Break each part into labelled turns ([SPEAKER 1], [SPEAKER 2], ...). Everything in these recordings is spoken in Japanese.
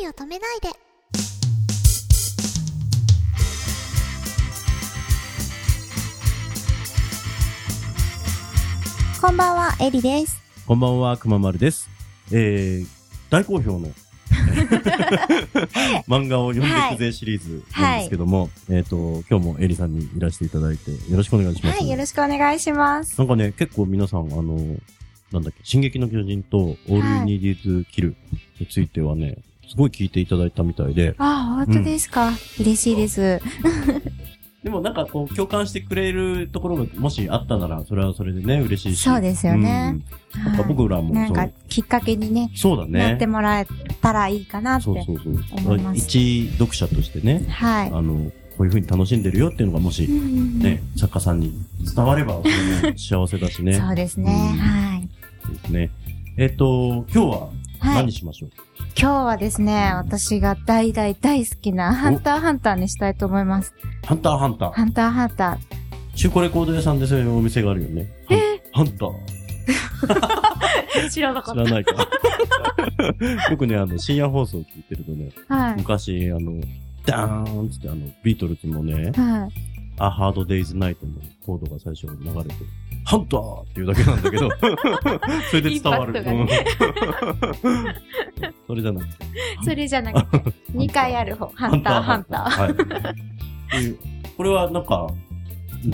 [SPEAKER 1] いを止めないで。こんばんは、エリです。
[SPEAKER 2] こんばんは、くままるです。えー、大好評の 漫画を読んでいくぜシリーズなんですけども、えっ、と、今日もエリさんにいらしていただいて、よろしくお願いします。
[SPEAKER 1] はい、よろしくお願いします。
[SPEAKER 2] なんかね、結構皆さん、あの、なんだっけ、進撃の巨人と All You Need Is Kill についてはね、すごい聞いていただいたみたいで、
[SPEAKER 1] ああ、本当ですか。嬉しいです。
[SPEAKER 2] でもなんかこう、共感してくれるところがもしあったなら、それはそれでね、嬉しいし。
[SPEAKER 1] そうですよね
[SPEAKER 2] うん。なんか僕らも
[SPEAKER 1] なん
[SPEAKER 2] そ
[SPEAKER 1] か
[SPEAKER 2] う、
[SPEAKER 1] きっかけにね、
[SPEAKER 2] そうだ
[SPEAKER 1] なっ
[SPEAKER 2] ね
[SPEAKER 1] て。もらえたらいいかなって。
[SPEAKER 2] そうそうそう
[SPEAKER 1] 思いま。す
[SPEAKER 2] 一読者としてね、
[SPEAKER 1] はい。
[SPEAKER 2] あの、こういう風に楽しんでるよっていうのがもし、ね、作家さんに伝わ れば、それも幸せだしね。
[SPEAKER 1] そうですね。
[SPEAKER 2] うん
[SPEAKER 1] はい。
[SPEAKER 2] そうですね。えっ、と、今日は
[SPEAKER 1] はい。
[SPEAKER 2] 何しましょう、
[SPEAKER 1] 今日はですね、私が大大大好きなハンターハンターにしたいと思います。
[SPEAKER 2] ハンターハンター。
[SPEAKER 1] ハンターハンタ
[SPEAKER 2] 中古レコード屋さんでそういうお店があるよね。えハンター。
[SPEAKER 1] ー。知らな
[SPEAKER 2] 知らな いか。僕ね、あの、深夜放送を聞いてるとね、
[SPEAKER 1] た。はい。
[SPEAKER 2] 昔、あの、ダーンっつって、あの、ビートルズのね、
[SPEAKER 1] はい。
[SPEAKER 2] アハードデイズナイトのコードが最初流れて、ハンターっていうだけなんだ けど、それで伝わる。
[SPEAKER 1] イン
[SPEAKER 2] うん それじゃなくて。
[SPEAKER 1] それじゃなく て、2回ある方、ハンターハンター。
[SPEAKER 2] ー。はいっていう。これはなんか、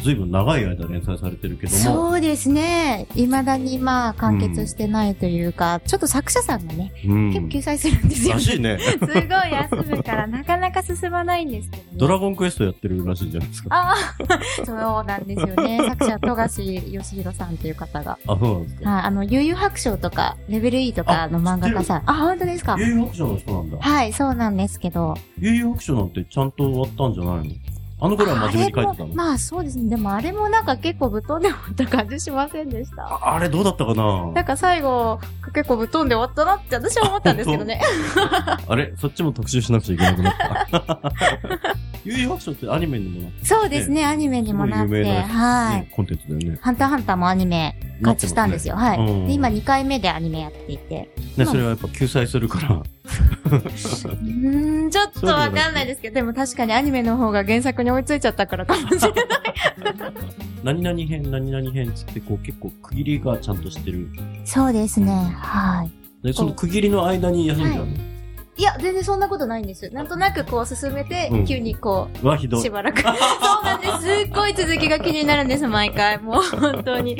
[SPEAKER 2] ずいぶん長い間連載されてるけども、
[SPEAKER 1] そうですね。未だにまあ完結してないというか、ちょっと作者さんがね、
[SPEAKER 2] うん
[SPEAKER 1] 結構救済するんですよ。
[SPEAKER 2] ら
[SPEAKER 1] す
[SPEAKER 2] しいね。
[SPEAKER 1] ごい休むからなかなか進まないんですけど、ね。
[SPEAKER 2] ドラゴンクエストやってるらしいじゃないですか。
[SPEAKER 1] ああ、そうなんですよね。 作者、富樫義弘さんという方が。
[SPEAKER 2] あ、そうなんですか。
[SPEAKER 1] はい、あの、悠々白書とか、レベル E とかの漫画家さん。あ、本当ですか
[SPEAKER 2] 幽遊白書の人なんだ。
[SPEAKER 1] はい、そうなんですけど。
[SPEAKER 2] 幽遊白書なんてちゃんと終わったんじゃないのあの頃は真面目に書いてた
[SPEAKER 1] あれ
[SPEAKER 2] の
[SPEAKER 1] もまあそうですね。でもあれもなんか結構ぶっ飛んで終わった感じしませんでした。
[SPEAKER 2] ああれどうだったかな
[SPEAKER 1] なんか最後、結構ぶっ飛んで終わったなって私は思ったんですけどね。
[SPEAKER 2] あれそっちも特集しなくちゃいけなくなった。 幽遊白書ってアニメにもなっ て、
[SPEAKER 1] そうですね、アニメにもなっ
[SPEAKER 2] すごい有
[SPEAKER 1] て、
[SPEAKER 2] 名な
[SPEAKER 1] はい、
[SPEAKER 2] ねコンテンツだよね。
[SPEAKER 1] ハンターハンターもアニメ
[SPEAKER 2] な
[SPEAKER 1] 化
[SPEAKER 2] ってますね
[SPEAKER 1] したんですよ。は
[SPEAKER 2] う
[SPEAKER 1] い。
[SPEAKER 2] ん
[SPEAKER 1] で、今2回目でアニメやっていて。
[SPEAKER 2] ね、それはやっぱ救済するから。
[SPEAKER 1] うーん、ちょっとわかんないですけど、でも確かにアニメの方が原作に追いついちゃったからかもしれない。
[SPEAKER 2] 何々編、何々編つって、こう結構区切りがちゃんとしてる。
[SPEAKER 1] そうですね、はい。
[SPEAKER 2] で、その区切りの間に休んじゃうの。
[SPEAKER 1] いや、全然そんなことないんです。なんとなくこう進めて
[SPEAKER 2] うん、
[SPEAKER 1] 急にこう、
[SPEAKER 2] うわ、ひどい。
[SPEAKER 1] しばらく。そう なんです。すっごい続きが気になるんです、毎回。もう本当 に。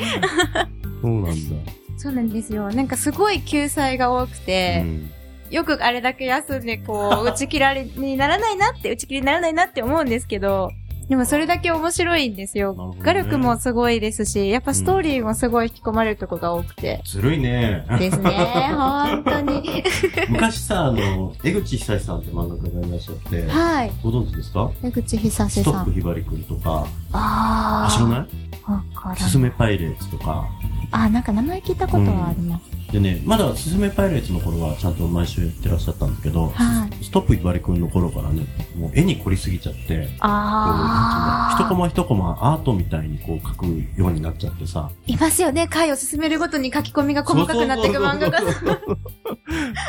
[SPEAKER 2] そうなんだ。
[SPEAKER 1] そうなんですよ。なんかすごい救済が多く
[SPEAKER 2] う
[SPEAKER 1] て、
[SPEAKER 2] ん
[SPEAKER 1] よくあれだけ休んで、 こう、打ち切られ、にならないなって、打ち切りにならないなって思うんですけど、でもそれだけ面白いんですよ。
[SPEAKER 2] なるほどね
[SPEAKER 1] 画力もすごいですし、やっぱストーリーもすごい引き込まれるとこが多く て。
[SPEAKER 2] ずるいね。
[SPEAKER 1] ですね。本当 に。
[SPEAKER 2] 昔さ、あの、江口久志さんって漫画家がいらっしゃって、
[SPEAKER 1] はい。
[SPEAKER 2] ご存知ですか
[SPEAKER 1] 江口久志
[SPEAKER 2] ス
[SPEAKER 1] さ
[SPEAKER 2] ト
[SPEAKER 1] ん。
[SPEAKER 2] ップひばりくんとか、
[SPEAKER 1] あー。
[SPEAKER 2] あ、知らない
[SPEAKER 1] わから
[SPEAKER 2] す
[SPEAKER 1] ん
[SPEAKER 2] すめパイレーツとか。
[SPEAKER 1] あ、なんか名前聞いたことはあります。
[SPEAKER 2] でね、まだすすめパイレーツの頃はちゃんと毎週やってらっしゃったんだけど、
[SPEAKER 1] はい。
[SPEAKER 2] ストップひばりくんの頃からね、もう絵に凝りすぎちゃって、こう
[SPEAKER 1] あ
[SPEAKER 2] 一
[SPEAKER 1] ー。
[SPEAKER 2] コマ一コマアートみたいにこう描くようになっちゃってさ、
[SPEAKER 1] いますよね。回を進めるごとに書き込みが細かくなっていく漫画が。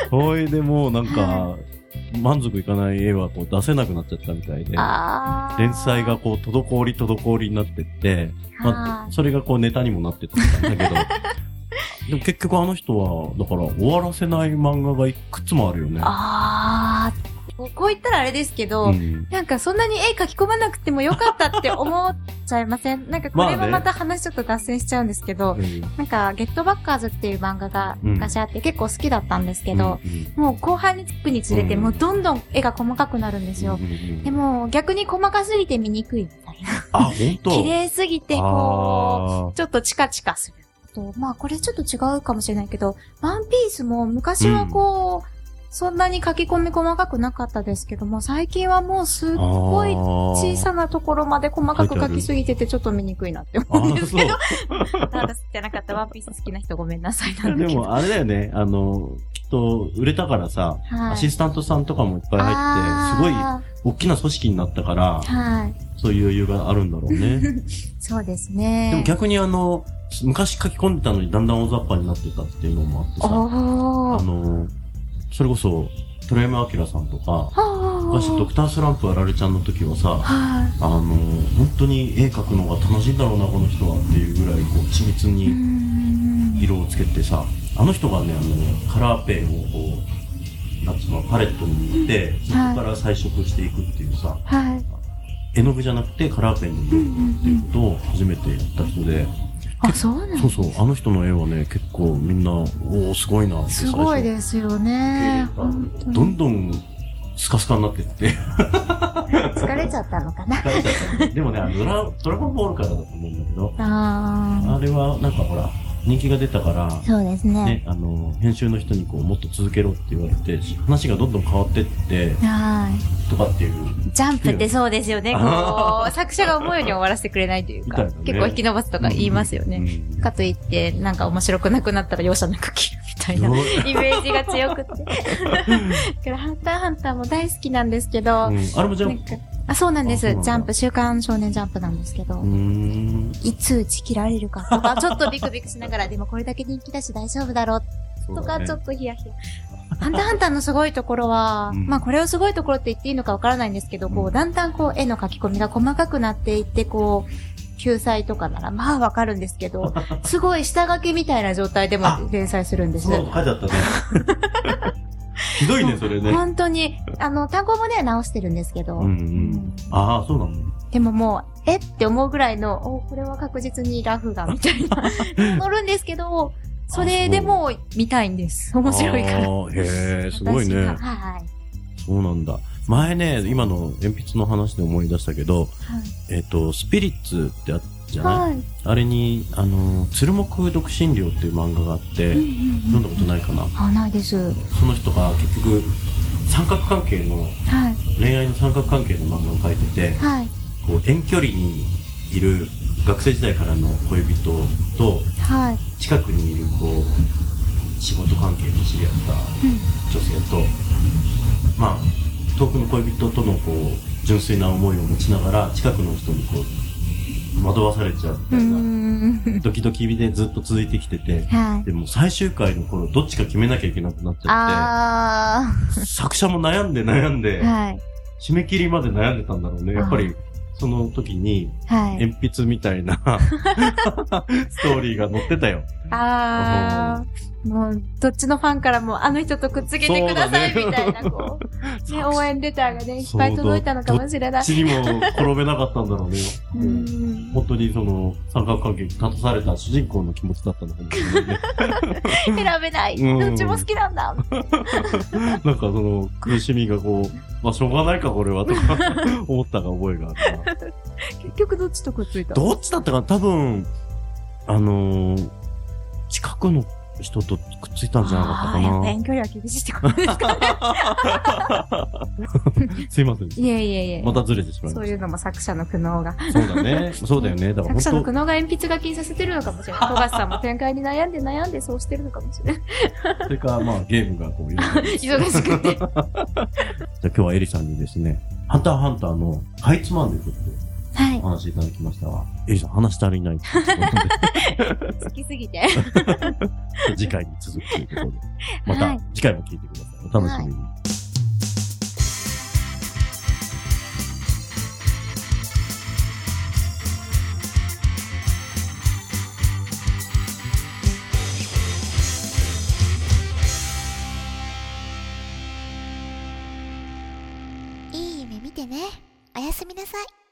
[SPEAKER 2] それでもう なんか
[SPEAKER 1] は、
[SPEAKER 2] 満足いかない絵はこう出せなくなっちゃったみたいで、
[SPEAKER 1] あー。
[SPEAKER 2] 連載がこう滞り滞りになってって、ま
[SPEAKER 1] は
[SPEAKER 2] あ、
[SPEAKER 1] い
[SPEAKER 2] それがこうネタにもなってったんだ けど、でも結局あの人は、だから終わらせない漫画がいくつもあるよね。
[SPEAKER 1] あー。こう言ったらあれですけど、
[SPEAKER 2] うん、
[SPEAKER 1] なんかそんなに絵描き込まなくてもよかったって思っちゃいませんなんかこれ
[SPEAKER 2] まあ
[SPEAKER 1] も
[SPEAKER 2] ね
[SPEAKER 1] また話ちょっと脱線しちゃうんですけど、なんかゲットバッカーズっていう漫画が昔あって結構好きだったんですけど、
[SPEAKER 2] うん、うん
[SPEAKER 1] もう後半につくにつれて
[SPEAKER 2] うん
[SPEAKER 1] もうどんどん絵が細かくなるんですよ。
[SPEAKER 2] うんうん
[SPEAKER 1] でも逆に細かすぎて見にくいみたいな。
[SPEAKER 2] あ、本当
[SPEAKER 1] 綺麗すぎてこ
[SPEAKER 2] あ
[SPEAKER 1] う、ちょっとチカチカする。とまあこれちょっと違うかもしれないけど、ワンピースも昔はこう、そんなに書き込み細かくなかったですけども、最近はもうすっ
[SPEAKER 2] ー
[SPEAKER 1] ごい
[SPEAKER 2] あ
[SPEAKER 1] 小
[SPEAKER 2] ー
[SPEAKER 1] さなところまで細かく書きすぎててちょっと見にくいなって思 うんですけど、ただ好きじゃなかったワンピース好きな人ごめんなさい
[SPEAKER 2] あ
[SPEAKER 1] なん
[SPEAKER 2] そう
[SPEAKER 1] だ
[SPEAKER 2] で
[SPEAKER 1] けど。
[SPEAKER 2] もあれだよね、あの、きっと売れたからさ、
[SPEAKER 1] は
[SPEAKER 2] アシスタントさんとかもいっぱい入って、すごい大きな組織になったから、
[SPEAKER 1] すごい。はい。
[SPEAKER 2] そういう余裕があるんだろうね。
[SPEAKER 1] そうです
[SPEAKER 2] でも
[SPEAKER 1] ね。
[SPEAKER 2] 逆にあの、昔書き込んでたのにだんだん大雑把になってたっていうのもあっ
[SPEAKER 1] お
[SPEAKER 2] てさ、
[SPEAKER 1] お
[SPEAKER 2] あの、それこそ、村山明さんとか、
[SPEAKER 1] ああ。
[SPEAKER 2] 昔ドクタースランプあられちゃんの時はさ、
[SPEAKER 1] は
[SPEAKER 2] あの、本当に絵描くのが楽しいんだろうな、この人はっていうぐらい、こう、緻密
[SPEAKER 1] い。うー
[SPEAKER 2] に
[SPEAKER 1] ん。
[SPEAKER 2] 色をつけてさ、あの人がね、あの、カラーペンをこう、なんつうの、パレットに入れて、そこから彩色していくっていうさ、
[SPEAKER 1] はい。
[SPEAKER 2] 絵の具じゃなくてカラーペンで
[SPEAKER 1] う
[SPEAKER 2] 色
[SPEAKER 1] んう
[SPEAKER 2] をっていうんことを初めてやった人で、
[SPEAKER 1] うん。あ、そうなん
[SPEAKER 2] そうそう、あの人の絵はね、結構みんな、おー、すごいなって
[SPEAKER 1] すごい
[SPEAKER 2] で
[SPEAKER 1] ですよね。本当
[SPEAKER 2] ど
[SPEAKER 1] に
[SPEAKER 2] んどんスカスカになってって、
[SPEAKER 3] 疲れちゃったのかな。
[SPEAKER 2] 疲れちゃ ったでもね、あのドラドラゴンボールからだと思うんだけど、
[SPEAKER 1] あ
[SPEAKER 2] あれはなんかほら、人気が出たから、
[SPEAKER 3] そうですね。
[SPEAKER 2] ね、あの、編集の人にこう、もっと続けろって言われて、話がどんどん変わってって、
[SPEAKER 1] あ。はい。
[SPEAKER 2] とかっていう、
[SPEAKER 3] ジャンプってそうですよね。こ
[SPEAKER 2] あ
[SPEAKER 3] う、作者が思うように終わらせてくれないというか、
[SPEAKER 2] みたいなね
[SPEAKER 3] 結構引き伸ばすとか言いますよ
[SPEAKER 2] うん
[SPEAKER 3] ね。かといって、なんか面白くなくなったら容赦なく切るみたいな
[SPEAKER 2] どう
[SPEAKER 3] イメージが強くて。
[SPEAKER 1] だ から、ハンターハンターも大好きなんですけど、
[SPEAKER 2] うんあれもじゃあ、
[SPEAKER 1] なんかあ、そうなんです。
[SPEAKER 2] あ
[SPEAKER 1] ジ
[SPEAKER 2] そうなんだ
[SPEAKER 1] ャンプ、週刊少年ジャンプなんですけど、
[SPEAKER 2] うーん、
[SPEAKER 1] いつ打ち切られるかとか、ちょっとビクビクしながら、でもこれだけ人気だし大丈夫だろう
[SPEAKER 2] そう
[SPEAKER 1] と
[SPEAKER 2] だ
[SPEAKER 1] か、
[SPEAKER 2] ね
[SPEAKER 1] ちょっとヒヤヒヤ。ハンターハンターのすごいところは、
[SPEAKER 2] うん
[SPEAKER 1] まあこれをすごいところって言っていいのかわからないんですけど、こ
[SPEAKER 2] う
[SPEAKER 1] う、
[SPEAKER 2] ん
[SPEAKER 1] だんだんこう、絵の描き込みが細かくなっていって、こう、救済とかなら、まあわかるんですけ ど、すごい下書きみたいな状態でも
[SPEAKER 2] あ
[SPEAKER 1] 連載するんです。
[SPEAKER 2] そう、書いてあったね。 ひどいね、それね。
[SPEAKER 1] 本当に、あの、単語もね、直してるんですけど、
[SPEAKER 2] うんうん。ああ、そうなの、
[SPEAKER 1] でももう、えって思うぐらいの、おこれは確実にラフが、みたい な、乗るんですけど、それでも見たいんです。面白いから。
[SPEAKER 2] あーへえ、すごい
[SPEAKER 1] 私は
[SPEAKER 2] ね。
[SPEAKER 1] はい。
[SPEAKER 2] そうなんだ。前ね、今の鉛筆の話で思い出したけど、えっ、と、スピリッツってあったじゃない、
[SPEAKER 1] はい。はい。
[SPEAKER 2] あれに、あの、鶴木独身寮っていう漫画があって、読んだことないかな。
[SPEAKER 1] あ、ないです。は
[SPEAKER 2] その人が結局、三角関係の、
[SPEAKER 1] い。
[SPEAKER 2] 恋愛の三角関係の漫画を描いてて、
[SPEAKER 1] はい。
[SPEAKER 2] こう、遠距離にいる学生時代からの恋人と、
[SPEAKER 1] はい。
[SPEAKER 2] 近くにいるこう仕事関係で知り合った女性と、まあ遠くの恋人とのこう純粋な思いを持ちながら近くの人にこう惑わされちゃうみ
[SPEAKER 1] う
[SPEAKER 2] た
[SPEAKER 1] ー
[SPEAKER 2] いな、
[SPEAKER 1] ん。
[SPEAKER 2] ドキドキでずっと続いてきてて
[SPEAKER 1] はい。
[SPEAKER 2] でも最終回の頃どっちか決めなきゃいけなくなっちゃ
[SPEAKER 1] あ
[SPEAKER 2] って作者も悩んで悩んで、
[SPEAKER 1] ー。はい。
[SPEAKER 2] 締め切りまで悩んでたんだろうねやっぱりその時に
[SPEAKER 1] はい。
[SPEAKER 2] 鉛筆みたい なストーリーが載ってたよ。
[SPEAKER 1] あー。もう、どっちのファンからも、あの人とくっつけてください、
[SPEAKER 2] そうだね
[SPEAKER 1] みたいな、こう。ね、応援レターがね、いっぱい届いたのかもしれない。
[SPEAKER 2] 地にも転べなかったんだろうね。
[SPEAKER 1] う。
[SPEAKER 2] もうん本当にその三角関係に立たされた主人公の気持ちだったのかもしれな いね。
[SPEAKER 1] 選べない。
[SPEAKER 2] うん
[SPEAKER 1] どっちも好きなんだ。
[SPEAKER 2] なんかその苦しみがこう、まあしょうがないかこれは とか思ったが覚えがあった。
[SPEAKER 1] 結局どっちとくっついた
[SPEAKER 2] どっちだったかな多分、あのー近くの人とくっついたんじゃなかったか
[SPEAKER 1] あーやっぱ
[SPEAKER 2] な。
[SPEAKER 1] 遠距離は厳しいってことですか
[SPEAKER 2] すいません。
[SPEAKER 1] いえいえいえ。
[SPEAKER 2] またずれてしまい
[SPEAKER 1] そ
[SPEAKER 2] ま
[SPEAKER 1] う
[SPEAKER 2] し
[SPEAKER 1] いうのも作者の苦悩が。
[SPEAKER 2] た。そうだね。そうだよね。だから
[SPEAKER 1] 作者の
[SPEAKER 2] 本
[SPEAKER 1] 苦悩が鉛筆書きにさせてるのかもしれ ない。富樫さんも展開に悩んで悩んでそうしてるのかもしれない。
[SPEAKER 2] 当、それかまあゲームがこういろいろ
[SPEAKER 1] 忙しく て。
[SPEAKER 2] じゃあ今日はエリさんにですね、ハンターハンターのかいつまんでちょっ
[SPEAKER 1] は
[SPEAKER 2] とお話しいただきまし たが、エリさん話足りないっていうこと
[SPEAKER 1] い。好きすぎて。
[SPEAKER 2] で、次回に続くということで、ま
[SPEAKER 1] は
[SPEAKER 2] た
[SPEAKER 1] い
[SPEAKER 2] 次回も聞いてください。お楽しみに。
[SPEAKER 4] いい夢見てね。おやすみなさい。